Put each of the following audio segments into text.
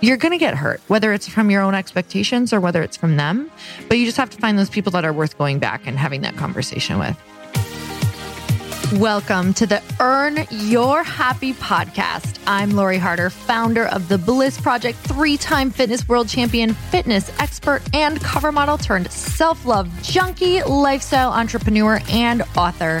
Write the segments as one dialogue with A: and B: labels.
A: you're going to get hurt, whether it's from your own expectations or whether it's from them. But you just have to find those people that are worth going back and having that conversation with. Welcome to the Earn Your Happy podcast. I'm Lori Harder, founder of The Bliss Project, three time fitness world champion, fitness expert, and cover model turned self love junkie, lifestyle entrepreneur, and author.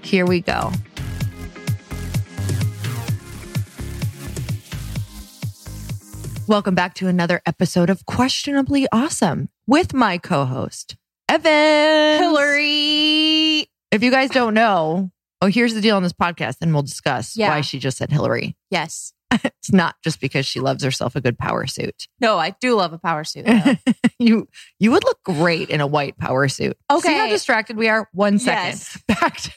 A: Here we go. Welcome back to another episode of Questionably Awesome with my co host. Evan.
B: Hillary.
A: If you guys don't know, oh, here's the deal on this podcast, and we'll discuss
B: Yeah.
A: why she just said Hillary.
B: Yes.
A: It's not just because she loves herself a good power suit.
B: No, I do love a power suit. Though.
A: you you would look great in a white power suit. See how
B: Okay.
A: distracted we are? One second.
B: Yes.
A: Back to-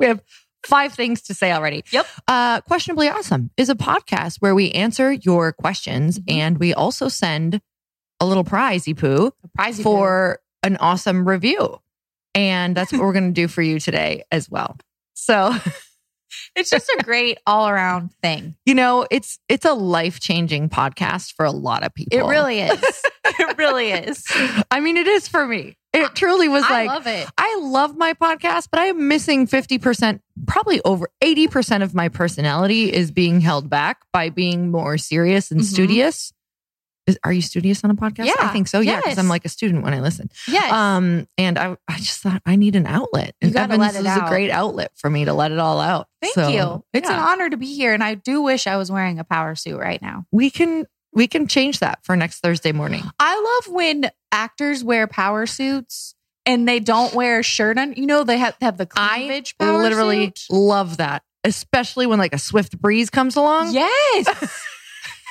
A: we have five things to say already.
B: Yep.
A: Uh, Questionably Awesome is a podcast where we answer your questions
B: Mhm.
A: and we also send a little prizey poo.
B: A prize you
A: for an awesome review. And that's what we're going to do for you today as well. So,
B: pick. It's just a great all around thing.
A: you know, it's it's a life-changing podcast for a lot of people.
B: It really is. it really is.
A: I mean, it is for me. It truly was
B: I
A: like
B: love it.
A: I love my podcast, but I am missing 50%, probably over 80% of my personality is being held back by being more serious and
B: Mhm.
A: studious. Is, are you studious on a podcast? I
B: Yeah.
A: think so. Yeah, because
B: Yes.
A: I'm like a student when I listen.
B: Yes.
A: Um, and I, I just thought I need an outlet.
B: You
A: And
B: gotta
A: Evans
B: let it
A: is a
B: out.
A: great outlet for me to let it all out.
B: Thank
A: So,
B: you. It's an
A: yeah.
B: honor to be here. And I do wish I was wearing a power suit right now.
A: we can we can change that for next Thursday morning.
B: I love when actors wear power suits and they don't wear a shirt on. You know, they have, have the
A: I
B: cleavage power
A: Literally
B: suit.
A: love that, especially when like a swift breeze comes along.
B: Yes.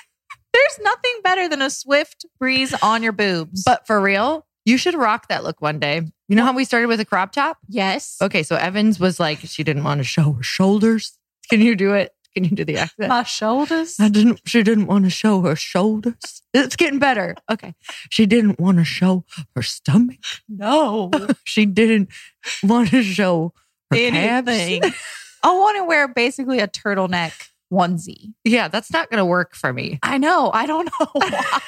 B: There's nothing better than a swift breeze on your boobs.
A: But for real, you should rock that look one day. You know how we started with a crop top?
B: yes.
A: Okay, so Evans was like she didn't want to show her shoulders. Can you do it? Can you do the accent?
B: My shoulders.
A: I didn't. She didn't want to show her shoulders. It's getting better. Okay, she didn't want to show her stomach.
B: No.
A: she didn't want to show her anything.
B: Anything. I want to wear basically a turtleneck onesie.
A: Yeah, that's not going to work for me.
B: I know. I don't know. why.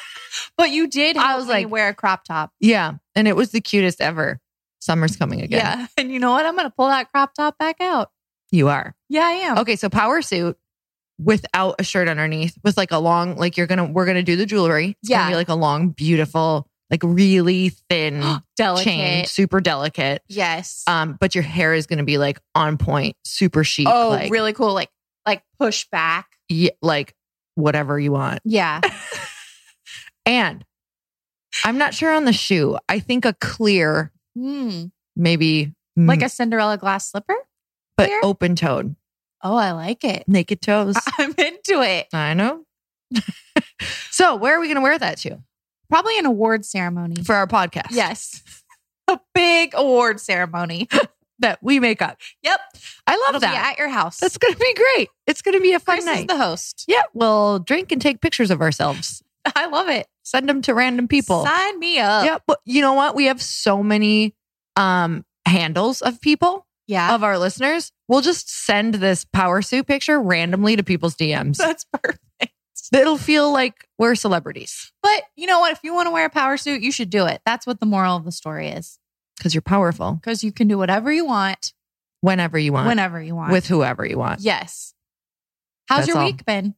B: but you did.
A: I
B: help
A: was
B: me
A: like-
B: wear a crop top.
A: Yeah, and it was the cutest ever. Summer's coming again.
B: Yeah. And you know what? I'm going to pull that crop top back out.
A: you are.
B: Yeah, I am.
A: Okay, so power suit without a shirt underneath, with like a long, like you're gonna, we're gonna do the jewelry. It's
B: Yeah.
A: gonna be like a long, beautiful, like really thin
B: Delicate.
A: chain, super delicate.
B: Yes.
A: Um, but your hair is gonna be like on point, super chic.
B: oh,
A: like,
B: really cool. Like, like push back.
A: yeah, like whatever you want.
B: Yeah.
A: And I'm not sure on the shoe. I think a clear,
B: Hmm.
A: maybe
B: Like
A: mm,
B: a Cinderella glass slipper.
A: but
B: clear? Uh-uh.
A: open toed,
B: Oh, I like it.
A: naked toes.
B: I- I'm into it.
A: I know. so where are we going to wear that to
B: Probably an award ceremony.
A: for our podcast?
B: yes. a big award ceremony.
A: that we make up.
B: Yep.
A: I love
B: It'll
A: that.
B: be at your house.
A: That's going to be great. It's going to be a fun
B: Chris is
A: night.
B: the host.
A: yeah, we'll drink and take pictures of ourselves.
B: I love it.
A: Send them to random people.
B: Sign me up.
A: Yeah, but you know what? We have so many um handles of people.
B: Yeah.
A: of our listeners will just send this power suit picture randomly to people's DMs.
B: That's perfect.
A: It'll feel like we're celebrities
B: But you know what? If you want to wear a power suit, you should do it. That's what the moral of the story is.
A: because you're powerful
B: Because you can do whatever you want,
A: whenever you want,
B: whenever you want.
A: with whoever you want.
B: yes. How's
A: That's
B: your
A: all.
B: week been?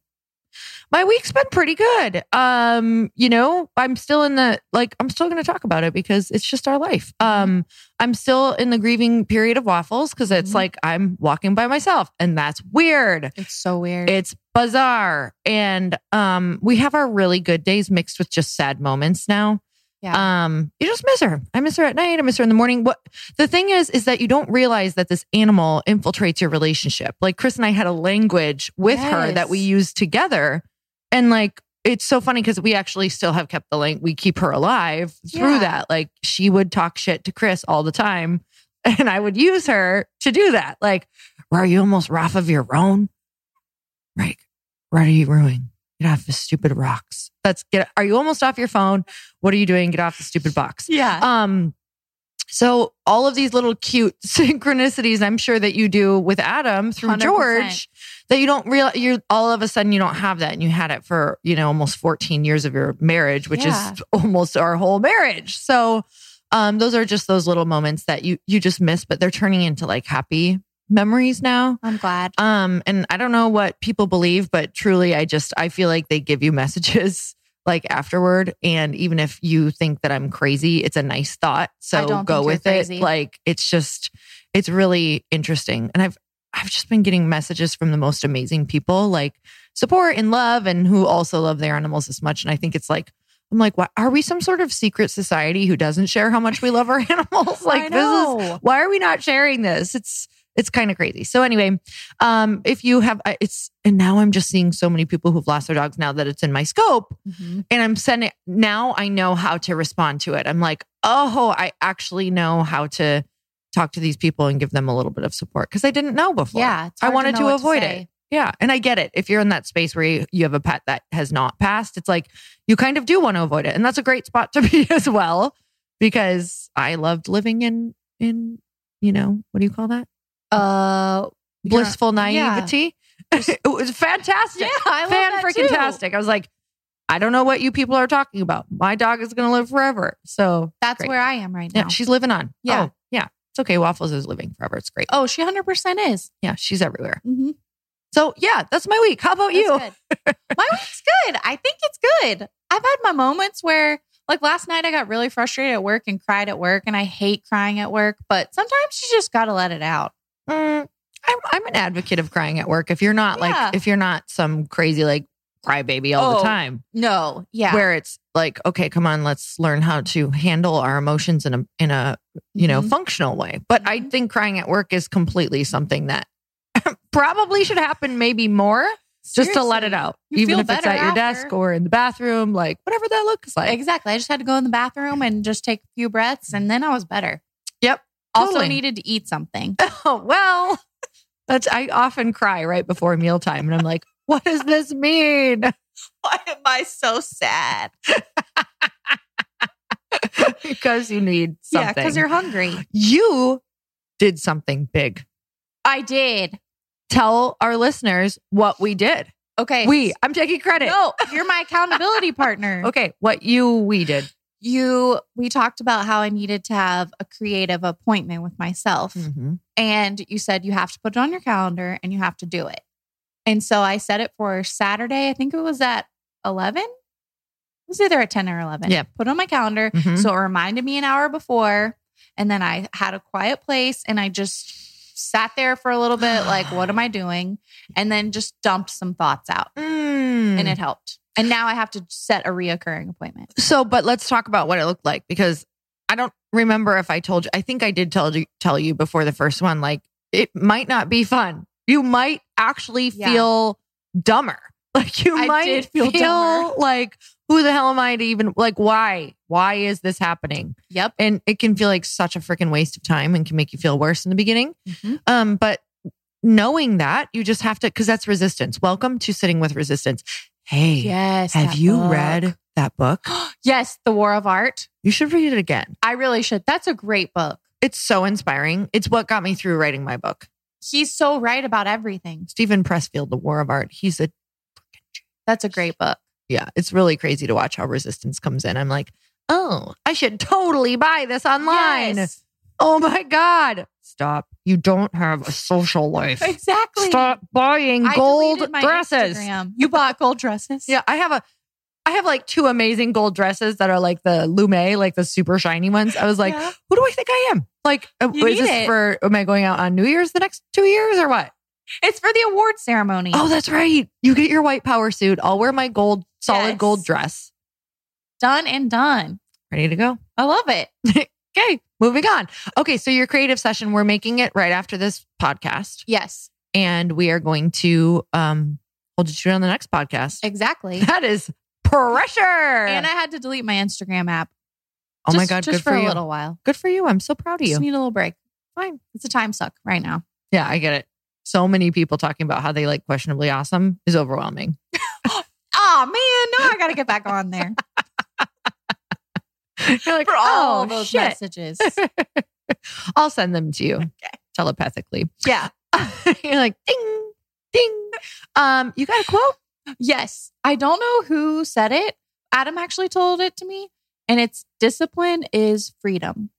A: My week's been pretty good. Um, you know, I'm still in the like I'm still going to talk about it because it's just our life. Um, I'm still in the grieving period of waffles because it's
B: Mhm.
A: like I'm walking by myself and that's weird.
B: It's so weird.
A: It's bizarre. And um, we have our really good days mixed with just sad moments now.
B: Yeah.
A: Um, you just miss her. I miss her at night. I miss her in the morning. What the thing is, is that you don't realize that this animal infiltrates your relationship. Like Chris and I had a language with her
B: Yes.
A: that we used together. And like it's so funny because we actually still have kept the link. We keep her alive through
B: Yeah.
A: that. Like she would talk shit to Chris all the time, and I would use her to do that. Like, are you almost rough of your own? Like, what are you doing? Get off the stupid rocks. That's get. Are you almost off your phone? What are you doing? Get off the stupid box.
B: Yeah.
A: Um, so all of these little cute synchronicities, I'm sure that you do with Adam through
B: 100%.
A: George, that you don't realize you're all of a sudden you don't have that, and you had it for you know almost 14 years of your marriage, which
B: Yeah.
A: is almost our whole marriage. So, um, those are just those little moments that you you just miss, but they're turning into like happy memories now.
B: I'm glad.
A: Um, and I don't know what people believe, but truly, I just I feel like they give you messages like afterward, and even if you think that I'm crazy, it's a nice thought.
B: I
A: So
B: don't
A: go
B: think you're
A: with it.
B: crazy.
A: Like it's just, it's really interesting, and I've I've just been getting messages from the most amazing people, like support and love, and who also love their animals as much. And I think it's like. I'm like, why are we some sort of secret society who doesn't share how much we love our animals? Like
B: I
A: this is
B: know.
A: why are we not sharing this it's it's kind of crazy so anyway um if you have I- it's and now i'm just seeing so many people who've lost their dogs now that it's in my scope
B: Mhm.
A: and i'm sending now i know how to respond to it i'm like oh i actually know how to talk to these people and give them a little bit of support because i didn't know before
B: Yeah. it's
A: I
B: hard
A: wanted
B: know
A: to
B: what
A: avoid
B: say.
A: it. yeah and i get it if you're in that space where you, you have a pet that has not passed it's like you kind of do want to avoid it and that's a great spot to be as well because i loved living in in you know what do you call that
B: Uh, you're-
A: blissful
B: yeah.
A: naivety. it was fantastic.
B: Yeah, I love
A: Fan
B: that
A: freaking
B: too.
A: tastic. I was like, I don't know what you people are talking about. My dog is going to live forever. So
B: That's
A: Great.
B: where I am right now.
A: yeah, she's living on.
B: Yeah.
A: Oh, yeah. It's okay. Waffles is living forever. It's great.
B: oh, she 100% is.
A: Yeah. She's everywhere.
B: Mm-hmm.
A: So yeah, that's my week. How about
B: That's
A: you?
B: good. my week's good. I think it's good. I've had my moments where, like last night, I got really frustrated at work and cried at work, and I hate crying at work. But sometimes you just gotta let it out.
A: Mm, I'm, I'm an advocate of crying at work. If you're not
B: Yeah.
A: like, if you're not some crazy, like crybaby all the
B: Oh,
A: time,
B: No, yeah,
A: where it's like, okay, come on, let's learn how to handle our emotions in a, in a you know,
B: Mhm.
A: functional way. But I
B: Mhm.
A: think crying at work is completely something that probably should happen maybe more just to let it
B: Mm-hmm. Seriously.
A: out,
B: You
A: even
B: feel
A: if it's
B: better
A: at your desk
B: after.
A: or in the bathroom, like whatever that looks like.
B: Exactly. I just had to go in the bathroom and just take a few breaths, and then I was better.
A: Yep.
B: Also
A: Totally.
B: needed to eat something.
A: Oh, well, that's, I often cry right before mealtime and I'm like, what does this mean?
B: Why am I so sad?
A: because you need something.
B: Yeah, because you're hungry.
A: you did something big.
B: I did.
A: Tell our listeners what we did.
B: Okay.
A: We, I'm taking credit.
B: no, you're my accountability partner.
A: Okay, what you we did.
B: you we talked about how I needed to have a creative appointment with myself.
A: Mm.
B: And you said you have to put it on your calendar and you have to do it. And so I set it for Saturday. I think it was at 11. It was either at 10 or 11.
A: Yeah.
B: Put it on my calendar.
A: Mhm.
B: So it reminded me an hour before. And then I had a quiet place and I just sat there for a little bit, like, what am I doing? And then just dumped some thoughts out. And
A: Mm.
B: it helped. And now I have to set a reoccurring appointment.
A: so, but let's talk about what it looked like because I don't remember if I told you. I think I did tell you tell you before the first one. Like it might not be fun. You might actually
B: Yeah.
A: feel dumber. Like you
B: I
A: might
B: did feel dumber.
A: like who the hell am I to even like why why is this happening?
B: Yep.
A: And it can feel like such a freaking waste of time and can make you feel worse in the beginning. Um, but knowing that you just have to because that's resistance. Welcome to sitting with resistance. Hey,
B: Yes.
A: have
B: that
A: you
B: book.
A: read that book?
B: Yes, The War of Art.
A: You should read it again.
B: I really should. That's a great book.
A: It's so inspiring. It's what got me through writing my book.
B: He's so right about everything.
A: Stephen Pressfield, The War of Art. He's a,
B: That's a great book.
A: yeah, it's really crazy to watch how resistance comes in. I'm like, oh, I should totally buy this online.
B: Yes,
A: Oh my God. Stop. You don't have a social life.
B: exactly.
A: Stop buying
B: I
A: gold
B: deleted my
A: dresses.
B: Instagram. You bought gold dresses?
A: Yeah, I have a, I have like two amazing gold dresses that are like the Lume, like the super shiny ones. I was like,
B: Yeah.
A: who do I think I am? Like, uh,
B: You
A: is
B: need
A: this
B: it.
A: for, am I going out on New Year's the next two years or what?
B: it's for the award ceremony.
A: Oh, that's right. You get your white power suit. I'll wear my gold, solid
B: Yes.
A: gold dress.
B: Done and done.
A: Ready to go.
B: I love it.
A: Okay, moving on. Okay, so your creative session, we're making it right after this podcast,
B: Yes,
A: and we are going to um hold you to it on the next podcast.
B: exactly.
A: That is pressure.
B: And I had to delete my Instagram app.
A: oh my
B: Just-
A: God,
B: just
A: good for,
B: a
A: you.
B: little while.
A: Good for you. I'm so proud of
B: Just
A: you.
B: need a little break.
A: Fine.
B: It's a time suck right now.
A: Yeah, I get it. So many people talking about how they like questionably awesome is overwhelming.
B: Oh man, now I gotta get back on there
A: You're like,
B: for all
A: oh,
B: those
A: shit.
B: messages.
A: I'll send them to you telepathically.
B: yeah.
A: You're like, ding, ding. Um, you got a quote?
B: Yes. I don't know who said it. Adam actually told it to me. And it's discipline is freedom.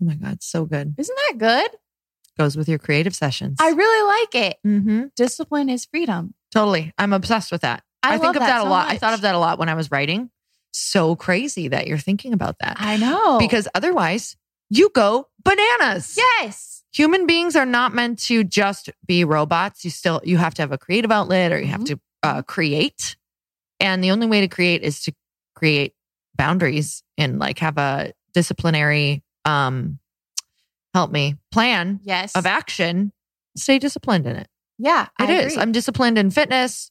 A: Oh my God, so good.
B: Isn't that good?
A: Goes with your creative sessions.
B: I really like it.
A: mm-hmm.
B: Discipline is freedom.
A: Totally. I'm obsessed with that.
B: I,
A: think
B: love
A: of that, a
B: so
A: lot. I
B: much.
A: thought of that a lot when I was writing. So crazy that you're thinking about that.
B: I know.
A: Because otherwise, you go bananas.
B: yes.
A: Human beings are not meant to just be robots. You still you have to have a creative outlet or you have
B: Mhm.
A: to uh, create. And the only way to create is to create boundaries and like have a disciplinary um help me plan
B: Yes.
A: of action. Stay disciplined in it.
B: yeah.
A: It
B: I
A: is.
B: agree.
A: I'm disciplined in fitness.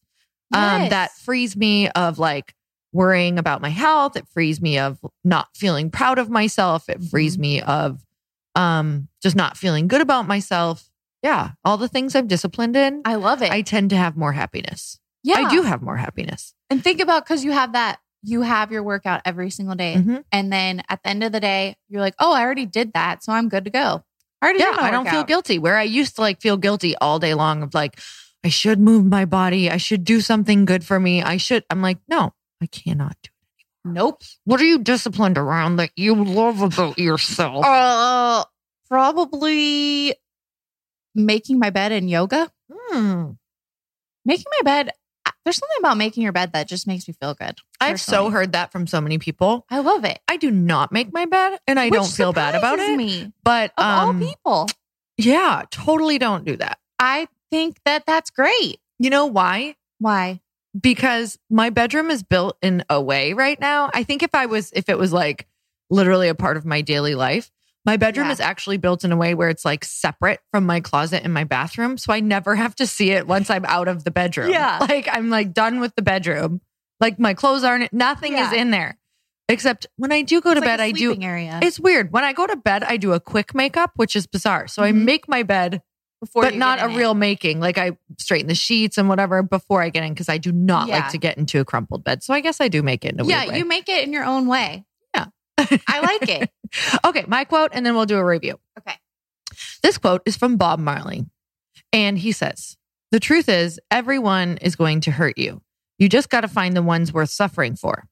A: Um,
B: Yes.
A: that frees me of like worrying about my health. It frees me of not feeling proud of myself. It frees
B: Mhm.
A: me of um, just not feeling good about myself. Yeah, all the things I'm disciplined in,
B: I love it.
A: I tend to have more happiness.
B: yeah.
A: I do have more happiness.
B: And think about because you have that, you have your workout every single day.
A: Mhm.
B: And then at the end of the day, you're like, oh, I already did that. So I'm good to go. I already
A: Yeah,
B: did my
A: I don't feel
B: workout.
A: guilty. Where I used to like feel guilty all day long of like, I should move my body. I should do something good for me. I should. I'm like, no, I cannot do.
B: Nope.
A: What are you disciplined around that you love about yourself? Oh.
B: Uh, probably making my bed and yoga.
A: Hmm.
B: Making my bed, there's something about making your bed that just makes me feel good.
A: I've so
B: personally.
A: heard that from so many people.
B: I love it.
A: I do not make my bed and I
B: Which
A: don't feel bad about
B: surprises
A: it.
B: Me of
A: But
B: all
A: um,
B: people,
A: yeah, totally don't do that.
B: I think that that's great.
A: You know why?
B: Why?
A: Because my bedroom is built in a way right now. I think if I was, if it was like literally a part of my daily life, my bedroom
B: Yeah.
A: is actually built in a way where it's like separate from my closet and my bathroom. So I never have to see it once I'm out of the bedroom.
B: Yeah.
A: Like I'm like done with the bedroom. Like my clothes aren't, nothing is
B: Yeah.
A: in there. Except when I do go to
B: It's like
A: bed,
B: a
A: I do
B: sleeping area
A: It's weird. When I go to bed, I do a quick makeup, which is bizarre. So I
B: Mhm.
A: make my bed,
B: before
A: but
B: you
A: not
B: get
A: a
B: in it.
A: real making. Like I straighten the sheets and whatever before I get in because I do not
B: Yeah.
A: like to get into a crumpled bed. So I guess I do make it in a
B: yeah,
A: weird way.
B: you make it in your own way.
A: Yeah.
B: I like it.
A: okay, my quote, and then we'll do a review.
B: Okay.
A: This quote is from Bob Marley. And he says, The truth is, everyone is going to hurt you. You just got to find the ones worth suffering for.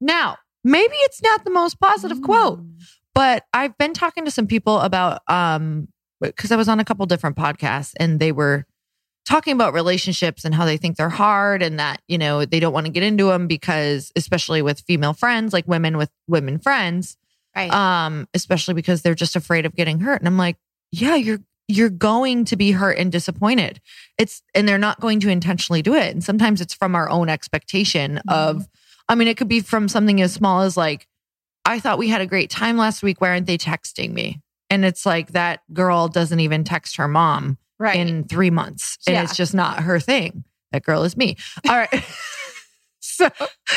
A: Now, maybe it's not the most positive quote.
B: Mm.
A: but I've been talking to some people about um because I was on a couple different podcasts and they were talking about relationships and how they think they're hard and that you know they don't want to get into them because especially with female friends like women with women friends
B: Right.
A: um especially because they're just afraid of getting hurt and I'm like yeah you're you're going to be hurt and disappointed it's and they're not going to intentionally do it and sometimes it's from our own expectation
B: Mm-hmm.
A: of I mean it could be from something as small as like I thought we had a great time last week. Why aren't they texting me? And it's like that girl doesn't even text her mom
B: right.
A: in three months. And
B: Yeah.
A: it's just not her thing. That girl is me. All right. so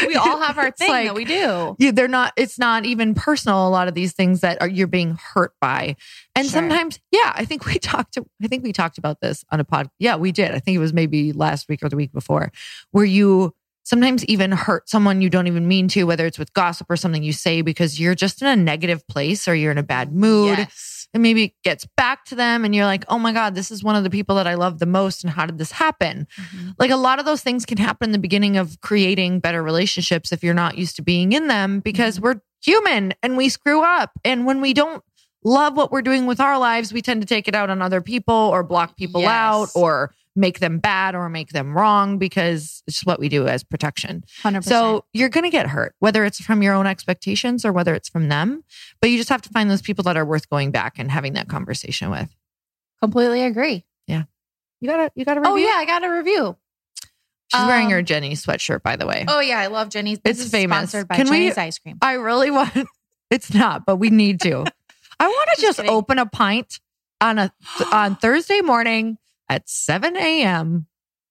B: we all have our
A: it's
B: thing
A: like-
B: that we do.
A: you, they're not, it's not even personal. A lot of these things that are, you're being hurt by. And
B: Sure.
A: sometimes, yeah, I think we talked, to, I think we talked about this on a pod. Yeah, we did. I think it was maybe last week or the week before where you sometimes even hurt someone you don't even mean to, whether it's with gossip or something you say, because you're just in a negative place or you're in a bad mood
B: Yes.
A: and maybe it gets back to them and you're like, oh my God, this is one of the people that I love the most. And how did this happen?
B: Mhm.
A: Like a lot of those things can happen in the beginning of creating better relationships if you're not used to being in them because
B: Mhm.
A: we're human and we screw up. And when we don't love what we're doing with our lives, we tend to take it out on other people or block people
B: Yes.
A: out or make them bad or make them wrong because it's what we do as protection.
B: 100%.
A: So you're going to get hurt, whether it's from your own expectations or whether it's from them. But you just have to find those people that are worth going back and having that conversation with.
B: completely agree.
A: You gotta, you gotta. Review.
B: Oh yeah, I got a review.
A: she's wearing her
B: um,
A: Jenny sweatshirt, by the way.
B: Oh yeah, I love Jenny's.
A: It's
B: This is
A: famous.
B: Sponsored by
A: Can we-
B: Jenny's ice cream.
A: I really want. It's not, but we need to. I want to
B: Just
A: just
B: kidding.
A: open a Um, pint on a on Thursday morning at seven a.m.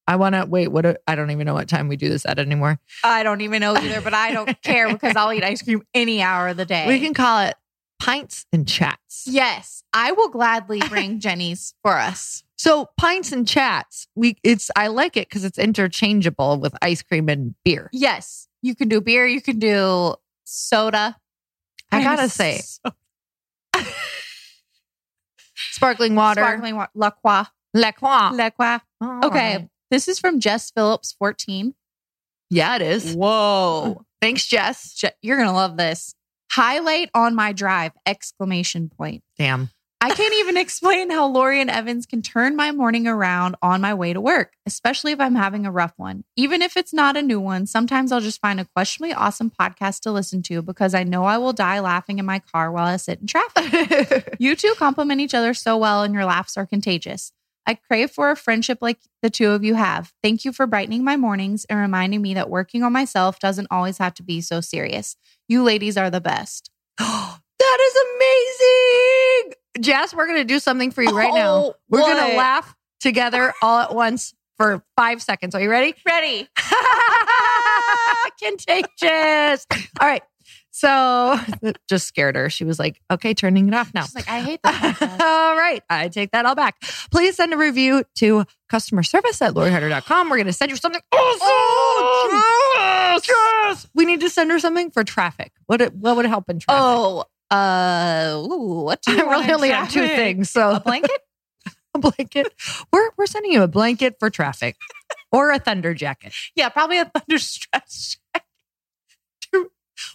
A: I want to wait. What? do- I don't even know what time we do this at anymore.
B: I don't even know either, but I don't care because I'll eat ice cream any hour of the day.
A: We can call it pints and chats.
B: yes, I will gladly bring Jenny's for us.
A: So pints and chats. We it's I like it because it's interchangeable with ice cream and beer.
B: Yes, you can do beer, you can do soda.
A: I
B: I'm
A: gotta say,
B: so-
A: sparkling water, Uh,
B: sparkling water, La Croix.
A: La Croix.
B: La Croix.
A: All
B: Okay,
A: right.
B: this is from Jess Phillips, 14.
A: Yeah, it is.
B: Whoa.
A: Thanks, Jess.
B: Je- You're going to love this. Highlight on my drive, exclamation point.
A: Damn.
B: I can't even explain how Lori and Evans can turn my morning around on my way to work, especially if I'm having a rough one. Even if it's not a new one, sometimes I'll just find a questionably awesome podcast to listen to because I know I will die laughing in my car while I sit in traffic. You two complement each other so well, and your laughs are contagious. I crave for a friendship like the two of you have. Thank you for brightening my mornings and reminding me that working on myself doesn't always have to be so serious. You ladies are the best.
A: that is amazing. Jess, we're gonna do something for you right now.
B: Oh,
A: We're
B: what?
A: gonna laugh together all at once for five seconds. Are you ready?
B: Ready?
A: Contagious. All right. So it just scared her. She was like, okay, turning it off now.
B: She's like, I hate that.
A: All right. I take that all back. Please send a review to customer service at loriharder.com. We're going to send you something. Awesome!
B: Oh,
A: yes! We need to send her something for traffic. What, what would help in traffic?
B: oh, uh, ooh, what do you
A: I really
B: want in
A: only have two
B: traffic?
A: things. So
B: A blanket?
A: a blanket. We're, we're sending you a blanket for traffic or a thunder jacket.
B: Yeah, probably a thunder stretch.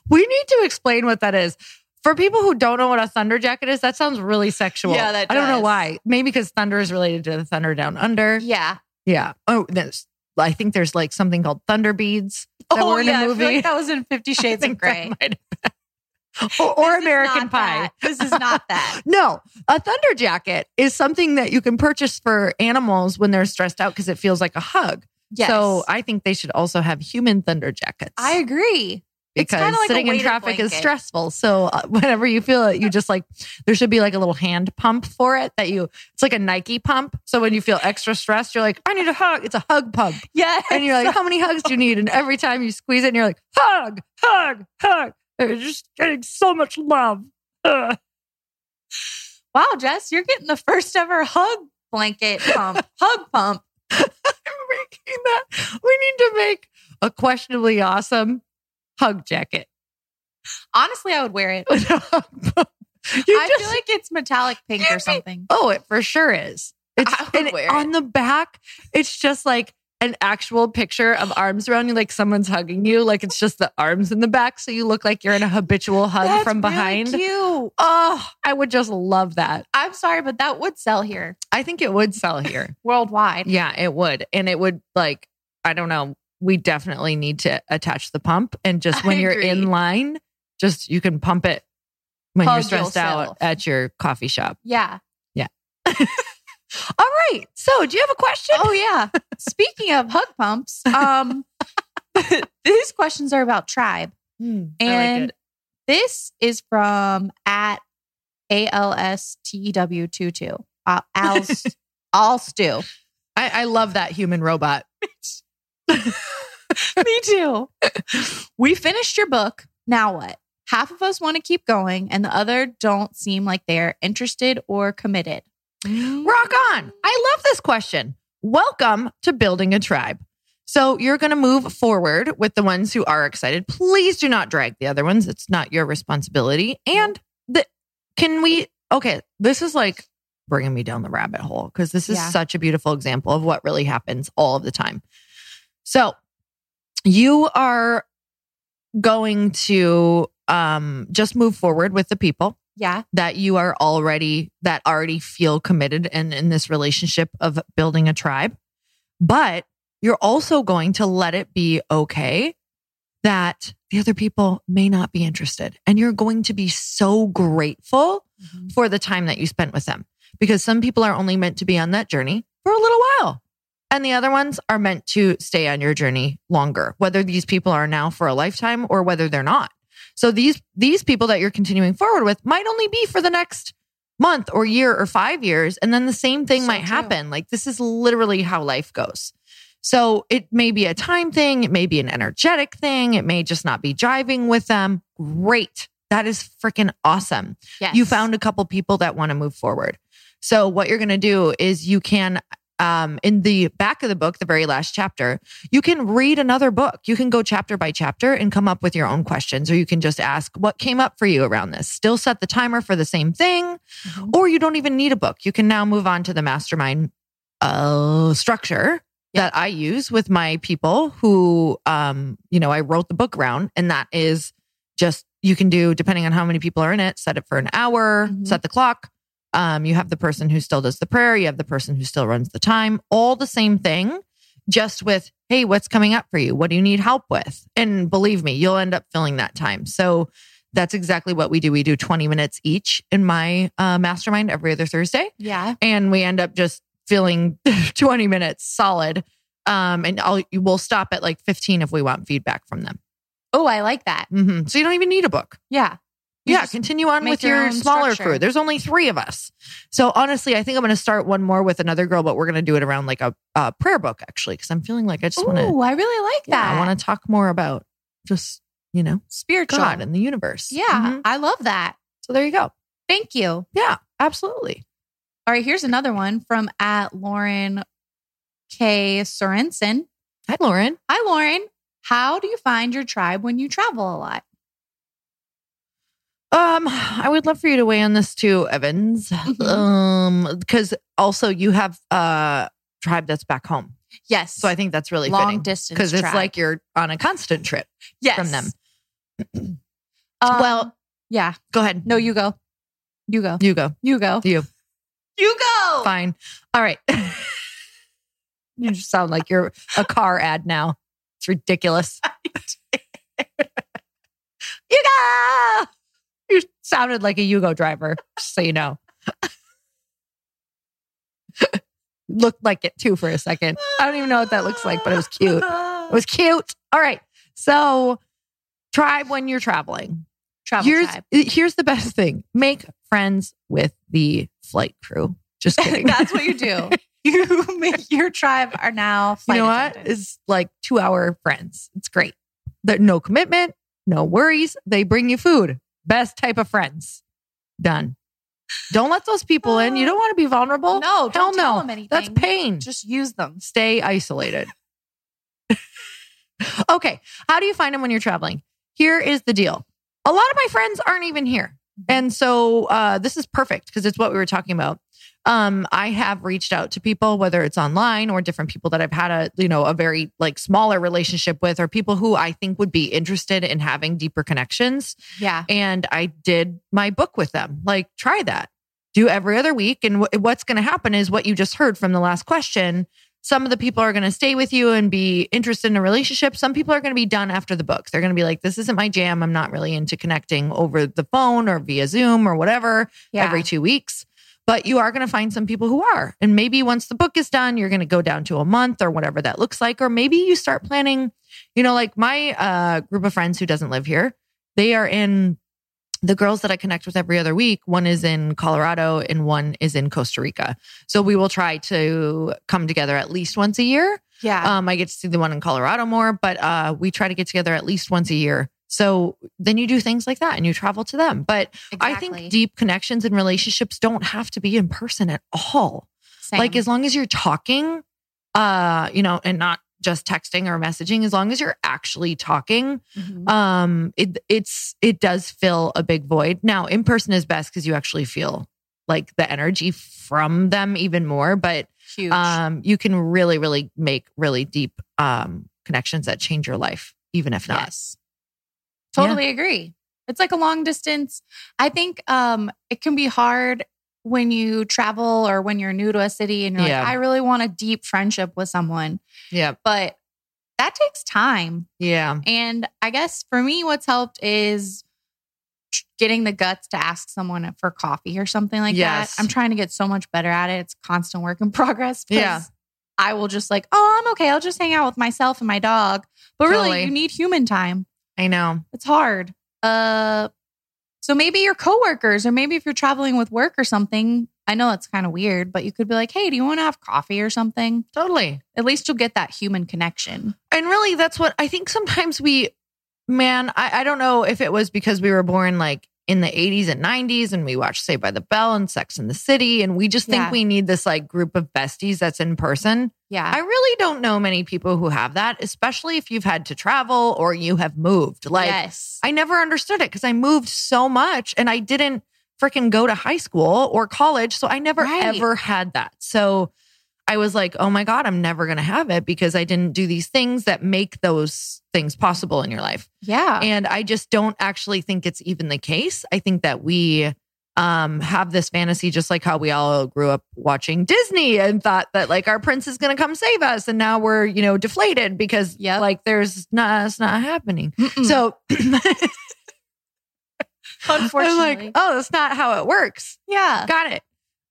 A: We need to explain what that is. For people who don't know what a thunder jacket is, that sounds really sexual.
B: Yeah, that
A: I don't know
B: does.
A: why. Maybe because thunder is related to the thunder down under.
B: Yeah.
A: Yeah. Oh, there's, I think there's like something called thunder beads that were in
B: Oh, yeah,
A: a
B: I feel
A: movie.
B: like that was in Fifty
A: I
B: Shades of
A: think that
B: Grey.
A: might have been. or or
B: This is
A: American
B: not
A: Pie.
B: that. This is not that.
A: No, a thunder jacket is something that you can purchase for animals when they're stressed out because it feels like a hug.
B: Yes.
A: So I think they should also have human thunder jackets.
B: I agree. It's
A: because
B: kinda like a
A: sitting in
B: weighted
A: traffic is
B: blanket.
A: stressful. So uh, whenever you feel it, you just like there should be like a little hand pump for it that you. It's like a Nike pump. So when you feel extra stressed, you're like, I need a hug. It's a hug pump,
B: Yeah.
A: and you're like, how many hugs do you need? And every time you squeeze it, and you're like, hug, hug, hug. You're just getting so much love. Ugh.
B: wow, Jess, you're getting the first ever hug blanket pump, hug pump.
A: I'm making that. We need to make a questionably awesome hug jacket.
B: Honestly, I would wear it.
A: you
B: I
A: just
B: feel like it's metallic pink
A: You'd
B: or
A: be-
B: something.
A: Oh, it for sure is. It's
B: I would
A: and
B: wear
A: on the back. It's just like an actual picture of arms around you, like someone's hugging you. Like it's just the arms in the back, so you look like you're in a habitual hug
B: That's
A: from
B: really
A: behind.
B: cute.
A: oh, I would just love that.
B: I'm sorry, but that would sell here
A: I think it would sell here.
B: worldwide.
A: yeah, it would, and it would like I don't know. We definitely need to attach the pump, and just when
B: I
A: you're
B: agree.
A: in line, just you can pump it when you're
B: Hug
A: stressed
B: yourself.
A: out at your coffee shop.
B: Yeah.
A: All right. So, do you have a question?
B: Oh yeah. Speaking of hug pumps, um, these questions are about tribe,
A: hmm.
B: and this is from at alstew E two two. Uh, Al's I'll stew.
A: I, I love that human robot.
B: Me too. We finished your book. Now what? Half of us want to keep going, and the other don't seem like they're interested or committed.
A: Rock on. I love this question. Welcome to building a tribe. So you're going to move forward with the ones who are excited. Please do not drag the other ones. It's not your responsibility. And the can we okay, this is like bringing me down the rabbit hole because this is
B: Yeah.
A: such a beautiful example of what really happens all of the time. So you are going to um just move forward with the people
B: Yeah.
A: that you are already that already feel committed and in this relationship of building a tribe but you're also going to let it be okay that the other people may not be interested and you're going to be so grateful for the time that you spent with them because some people are only meant to be on that journey for a little while and the other ones are meant to stay on your journey longer whether these people are now for a lifetime or whether they're not so these these people that you're continuing forward with might only be for the next month or year or 5 years and then the same thing
B: So
A: might
B: true.
A: happen like this is literally how life goes So it may be a time thing, it may be an energetic thing, it may just not be driving with them. Great. That is freaking awesome.
B: Yes.
A: You found a couple people that want to move forward. So what you're going to do is you can um in the back of the book, the very last chapter, you can read another book. You can go chapter by chapter and come up with your own questions or you can just ask what came up for you around this. Still set the timer for the same thing
B: Mhm.
A: or you don't even need a book. You can now move on to the mastermind uh, structure that I use with my people who, um, you know, I wrote the book round, and that is just you can do depending on how many people are in it. Set it for an hour.
B: Mhm.
A: Set the clock. Um, you have the person who still does the prayer. You have the person who still runs the time. All the same thing, just with hey, what's coming up for you? What do you need help with? And believe me, you'll end up filling that time. So that's exactly what we do. We do 20 minutes each in my uh, mastermind every other Thursday.
B: Yeah.
A: And we end up just filling 20 minutes solid. Um, and I'll, we'll stop at like 15 if we want feedback from them.
B: Oh, I like that.
A: hmm So you don't even need a book.
B: Yeah. You
A: yeah,
B: just-
A: continue on
B: make
A: with
B: your
A: your,
B: own
A: smaller
B: structure.
A: crew. There's only three of us. So honestly, I think I'm going to start one more with another girl, but we're going to do it around like a, a prayer book actually, because I'm feeling like I just want to.
B: Ooh, I really like that.
A: I want to talk more about just you know
B: spiritual.
A: God and the universe.
B: Yeah,
A: Mhm.
B: I love that.
A: So there you go.
B: Thank you.
A: Yeah, absolutely.
B: All right, here's another one from at Lauren K. Sorensen.
A: Hi, Lauren.
B: Hi, Lauren. How do you find your tribe when you travel a lot?
A: Um, I would love for you to weigh on this too, Evans.
B: Mhm.
A: Um, because also you have a tribe that's back home,
B: Yes.
A: so I think that's really
B: long
A: fitting
B: distance.
A: because it's
B: tribe.
A: like you're on a constant trip
B: yes.
A: from them.
B: Um,
A: Well-
B: yeah.
A: Go ahead.
B: No, Oh. you go. You go.
A: You go.
B: You go.
A: You
B: You go.
A: fine. All right. you just sound like you're a car ad now. It's ridiculous. you go. You sounded like a Yugo driver, just so you know. Looked like it too for a second. I don't even know what that looks like, but it was cute. It was cute. All right. So, tribe when you're traveling.
B: travel
A: Here's eh,
B: tribe.
A: here's the best thing: make friends with the flight crew. Just kidding.
B: That's what you do. You make your tribe are now.
A: you
B: flight
A: know what?
B: attendants.
A: It's like two hour friends. It's great. There, no commitment, no worries. They bring you food. Best type of friends. Done. Don't let those people in. You don't want to be vulnerable.
B: No,
A: Hell
B: don't tell
A: no.
B: them anything.
A: That's pain.
B: Just use them.
A: stay isolated. okay. How do you find them when you're traveling? Here is the deal a lot of my friends aren't even here. And so uh, this is perfect because it's what we were talking about. Um, I have reached out to people, whether it's online or different people that I've had a, you know, a very like smaller relationship with, or people who I think would be interested in having deeper connections
B: Yeah.
A: and I did my book with them. Like, try that. Do every other week. And wh- what's going to happen is what you just heard from the last question. Some of the people are going to stay with you and be interested in a relationship. Some people are going to be done after the book. They're going to be like, this isn't my jam. I'm not really into connecting over the phone or via Zoom or whatever
B: Yeah.
A: every two weeks. But you are going to find some people who are. And maybe once the book is done, you're going to go down to a month or whatever that looks like. Or maybe you start planning, you know, like my uh, group of friends who doesn't live here, they are in the girls that I connect with every other week. One is in Colorado and one is in Costa Rica. So we will try to come together at least once a year.
B: yeah.
A: Um, I get to see the one in Colorado more, but uh, we try to get together at least once a year. So then you do things like that and you travel to them. But I
B: Exactly.
A: think deep connections and relationships don't have to be in person at all.
B: Same.
A: Like as long as you're talking, uh, you know, and not just texting or messaging, as long as you're actually talking,
B: Mhm.
A: um, it it's it does fill a big void. Now, in person is best because you actually feel like the energy from them even more, but
B: huge.
A: um, you can really, really make really deep um connections that change your life, even if not.
B: Yes. Totally agree. It's like a long distance. I think um it can be hard when you travel or when you're new to a city and you're
A: Yeah.
B: like, I really want a deep friendship with someone,
A: Yeah,
B: but that takes time.
A: yeah,
B: And I guess for me, what's helped is tr- getting the guts to ask someone for coffee or something like
A: Yes.
B: that. I'm trying to get so much better at it. It's a constant work in progress. 'cause
A: Yeah.
B: I will just like, oh, I'm okay. I'll just hang out with myself and my dog. But really,
A: Totally.
B: you need human time.
A: I know.
B: It's hard. Uh, so maybe your coworkers, or maybe if you're traveling with work or something, I know it's kind of weird, but you could be like, hey, do you want to have coffee or something?
A: Totally.
B: At least you'll get that human connection.
A: And really, that's what I think sometimes we, man, I, I don't know if it was because we were born like in the 80s and 90s and we watched Saved by the Bell and Sex in the City. And we just think
B: Yeah.
A: we need this like group of besties that's in person.
B: Yeah.
A: I really don't know many people who have that, especially if you've had to travel or you have moved. Like,
B: yes.
A: I never understood it because I moved so much and I didn't freaking go to high school or college. So I never
B: Right.
A: ever had that. So I was like, oh my God, I'm never going to have it because I didn't do these things that make those things possible in your life.
B: yeah.
A: And I just don't actually think it's even the case. I think that we um have this fantasy just like how we all grew up watching Disney and thought that like our prince is going to come save us and now we're, you know, deflated because
B: Yep. Hmm.
A: like there's not it's not happening.
B: Mm-mm.
A: So I'm
B: unfortunately, Uh.
A: like, oh, that's not how it works.
B: yeah.
A: Got it.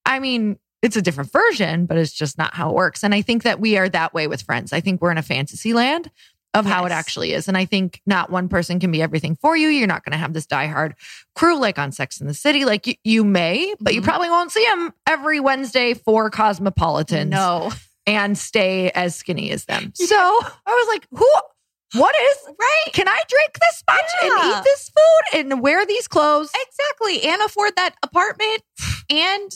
A: I mean, it's a different version, but it's just not how it works. And I think that we are that way with friends. I think we're in a fantasy land of how it
B: Yes.
A: actually is. And I think not one person can be everything for you. You're not going to have this diehard crew like on Sex in the City. Like you, you may, but you
B: Mhm.
A: probably won't see them every Wednesday for Cosmopolitans
B: No.
A: and stay as skinny as them. So I was like, who? What is
B: Right.
A: Can I drink this much and
B: Yeah.
A: eat this food and wear these clothes?
B: Exactly. And afford that apartment and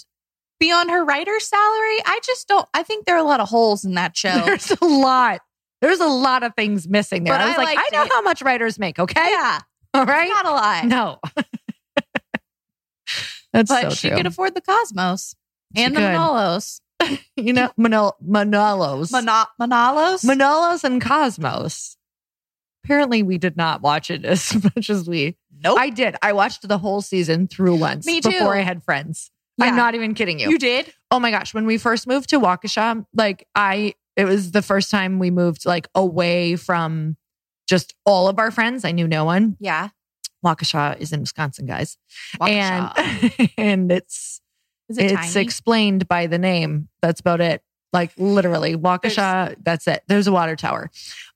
B: be on her writer's salary. I just don't, I think there are a lot of holes in that show.
A: There's a lot. There's a lot of things missing there.
B: But
A: I was
B: I
A: like, I
B: liked
A: know
B: it.
A: how much writers make. Okay,
B: yeah.
A: all right.
B: Not a lot.
A: No, that's
B: but
A: so
B: she
A: true.
B: could afford the Cosmos
A: She
B: and the
A: could.
B: Manolos.
A: you know, Manol- Manolos,
B: Mono- Manolos?
A: Manolos, and Cosmos. Apparently, we did not watch it as much as we. No, I did. I watched the whole season through once.
B: Me too.
A: Before I had friends.
B: Yeah.
A: I'm not even kidding you.
B: You did?
A: oh my gosh, when we first moved to Waukesha, like I, it was the first time we moved like away from just all of our friends. I knew no one.
B: Yeah.
A: Waukesha is in Wisconsin, guys,
B: Waukesha.
A: and and it's
B: Is
A: it's
B: tiny?
A: explained by the name. That's about it. Like literally, Waukesha. that's it. There's a water tower.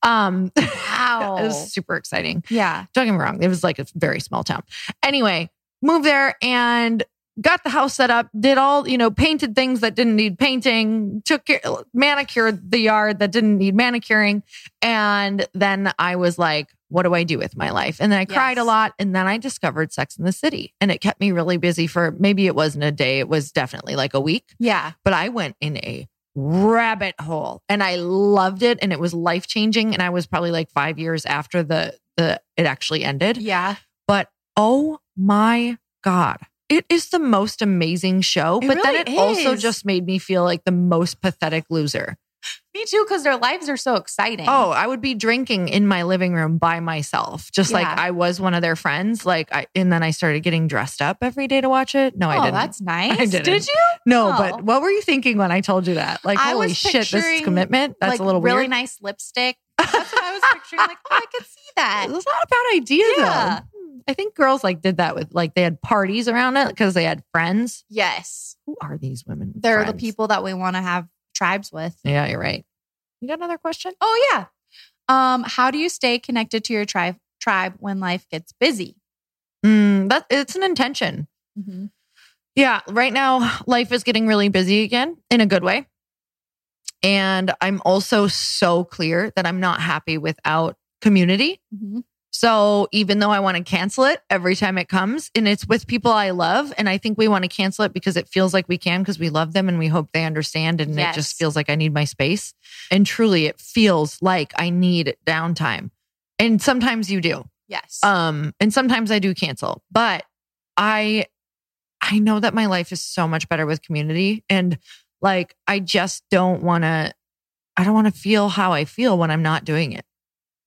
A: Um,
B: Wow.
A: it was super exciting
B: yeah.
A: don't get me wrong, it was like a very small town. Anyway, moved there and got the house set up, did all, you know, painted things that didn't need painting, took care, manicured the yard that didn't need manicuring. And then I was like, what do I do with my life? And then I cried
B: Yes.
A: a lot. And then I discovered Sex in the City and it kept me really busy for maybe it wasn't a day, it was definitely like a week
B: Yeah.
A: but I went in a rabbit hole and I loved it and it was life changing and I was probably like 5 years after the the it actually ended
B: Yeah.
A: but oh my god it is the most amazing show
B: It
A: but then it
B: really
A: also
B: is.
A: just made me feel like the most pathetic loser
B: Me too, because their lives are so exciting.
A: oh I would be drinking in my living room by myself just like
B: Yeah.
A: I was one of their friends like I and then I started getting dressed up every day to watch it no I
B: Oh,
A: didn't
B: that's nice.
A: I didn't.
B: Did you?
A: No,
B: Oh.
A: but what were you thinking when I told you that? Like,
B: I
A: holy
B: was
A: shit, this is
B: picturing,
A: commitment. That's
B: like,
A: a little
B: really
A: weird.
B: nice lipstick. That's what I was picturing. Like, oh, I could see that.
A: That's not a bad idea
B: Yeah.
A: though. Hmm. I think girls like did that with like they had parties around it because they had friends.
B: Yes.
A: Who are these women? with
B: They're the
A: friends?
B: people that we want to have tribes with.
A: Yeah, you're right. You got another question?
B: Oh yeah. Um, how do you stay connected to your tribe tribe when life gets busy?
A: Mm, that it's an intention. Mm-hmm. Yeah, right now life is getting really busy again in a good way. And I'm also so clear that I'm not happy without community.
B: Mhm.
A: So even though I want to cancel it every time it comes, and it's with people I love, and I think we want to cancel it because it feels like we can because we love them and we hope they understand, and it
B: Yes.
A: just feels like I need my space. And truly, it feels like I need downtime, and sometimes you do.
B: Yes.
A: Um, and sometimes I do cancel, but I I know that my life is so much better with community and like I just don't want to I don't want to feel how I feel when I'm not doing it.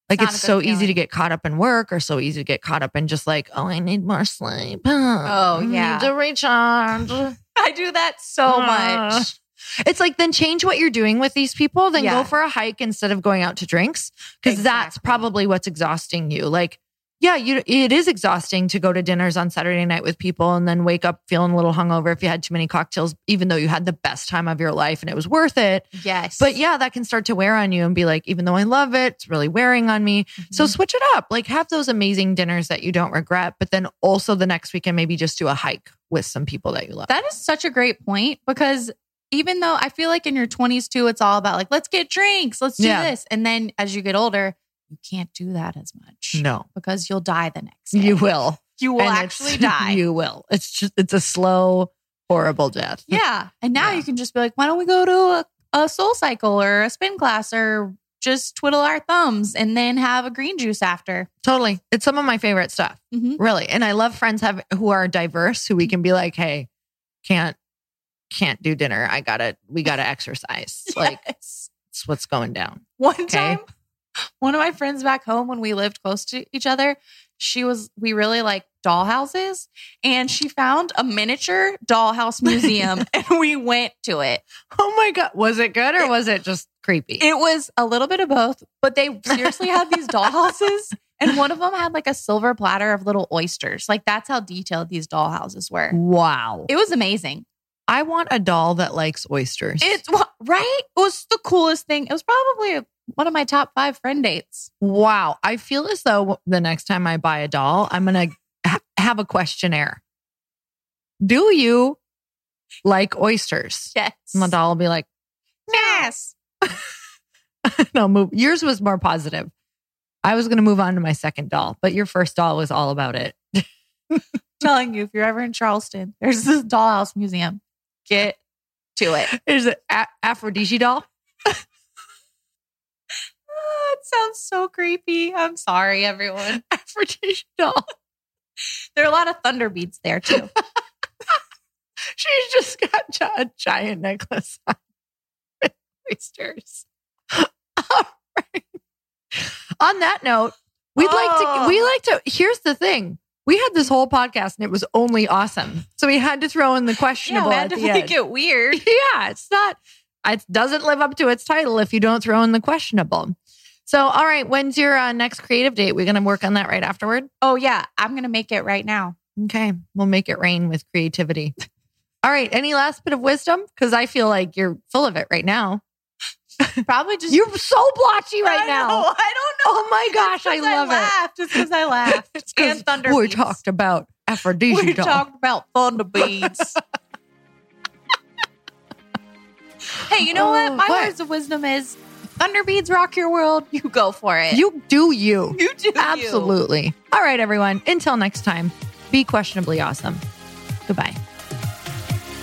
A: Like
B: It's
A: it's,
B: not a
A: so
B: good
A: easy to
B: feeling.
A: get caught up in work or so easy to get caught up in just like, oh, I need more sleep. Oh,
B: yeah.
A: Need to recharge.
B: I do that so
A: Ah.
B: much.
A: It's like then change what you're doing with these people, then
B: Yeah.
A: go for a hike instead of going out to drinks because that's
B: Exactly.
A: probably what's exhausting you. Like, yeah, you, it is exhausting to go to dinners on Saturday night with people and then wake up feeling a little hungover if you had too many cocktails, even though you had the best time of your life and it was worth it.
B: Yes.
A: But yeah, that can start to wear on you and be like, even though I love it, it's really wearing on me.
B: Mm-hmm.
A: So switch it up. Like have those amazing dinners that you don't regret, but then also the next weekend, maybe just do a hike with some people that you love.
B: That is such a great point because even though I feel like in your 20s too, it's all about like, let's get drinks, let's do
A: Yeah.
B: this. And then as you get older, you can't do that as much
A: no,
B: because you'll die the next day.
A: you will.
B: You will
A: And it's-
B: actually die.
A: You will. It's just, it's a slow, horrible death.
B: yeah. And now
A: Yeah.
B: you can just be like, why don't we go to a, a soul cycle or a spin class or just twiddle our thumbs and then have a green juice after.
A: Totally. It's some of my favorite stuff.
B: Mhm.
A: Really. And I love friends have who are diverse who we can be like, "Hey, can't can't do dinner. I got to we got to exercise." Like
B: Yes.
A: it's what's going down.
B: One
A: Okay.
B: time, one of my friends back home when we lived close to each other, she was we really like dollhouses, and she found a miniature dollhouse museum, and we went to it.
A: Oh my god, was it good or was it just creepy?
B: It was a little bit of both, but they seriously had these dollhouses, and one of them had like a silver platter of little oysters. Like that's how detailed these dollhouses were.
A: wow.
B: It was amazing.
A: I want a doll that likes oysters.
B: It's wa- right. It was the coolest thing. It was probably one of my top five friend dates.
A: wow. I feel as though the next time I buy a doll, I'm going to ha- have a questionnaire. Do you like oysters?
B: Yes.
A: And the doll will be like,
B: Yes.
A: no, move. Yours was more positive. I was going to move on to my second doll, but your first doll was all about it.
B: telling you, if you're ever in Charleston, there's this dollhouse museum. Get to it.
A: There's an a- Aphrodite doll.
B: Ah, it sounds so creepy. I'm sorry, everyone.
A: Aphrodite doll.
B: There are a lot of thunder beads there too.
A: She's just got gi- a giant necklace on with oysters. All right. On that note, we'd like to,
B: Oh.
A: we like to, here's the thing. We had this whole podcast and it was only awesome. So we had to throw in the questionable
B: we
A: at
B: had to
A: the end.
B: make it weird.
A: yeah, it's not, it doesn't live up to its title if you don't throw in the questionable. So, all right, when's your uh, next creative date? We're going to work on that right afterward.
B: Oh yeah, I'm gonna make it right now.
A: Okay, we'll make it rain with creativity. All right, any last bit of wisdom? Because I feel like you're full of it right now.
B: Probably just
A: You're so blotchy right
B: I
A: now.
B: know, I don't know.
A: Oh my gosh, I
B: 'Cause
A: love it.
B: laughed. It's because I laughed.
A: It's 'cause
B: and thunder.
A: We
B: beads.
A: talked about aphrodisiac.
B: We talked about thunder beads. hey, you know
A: Oh,
B: what? My
A: what?
B: words of wisdom is thunder beads rock your world. You go for it.
A: You do you.
B: You do. Absolutely.
A: Absolutely. All right, everyone. Until next time, be questionably awesome. Goodbye.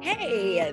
C: Hey, uh,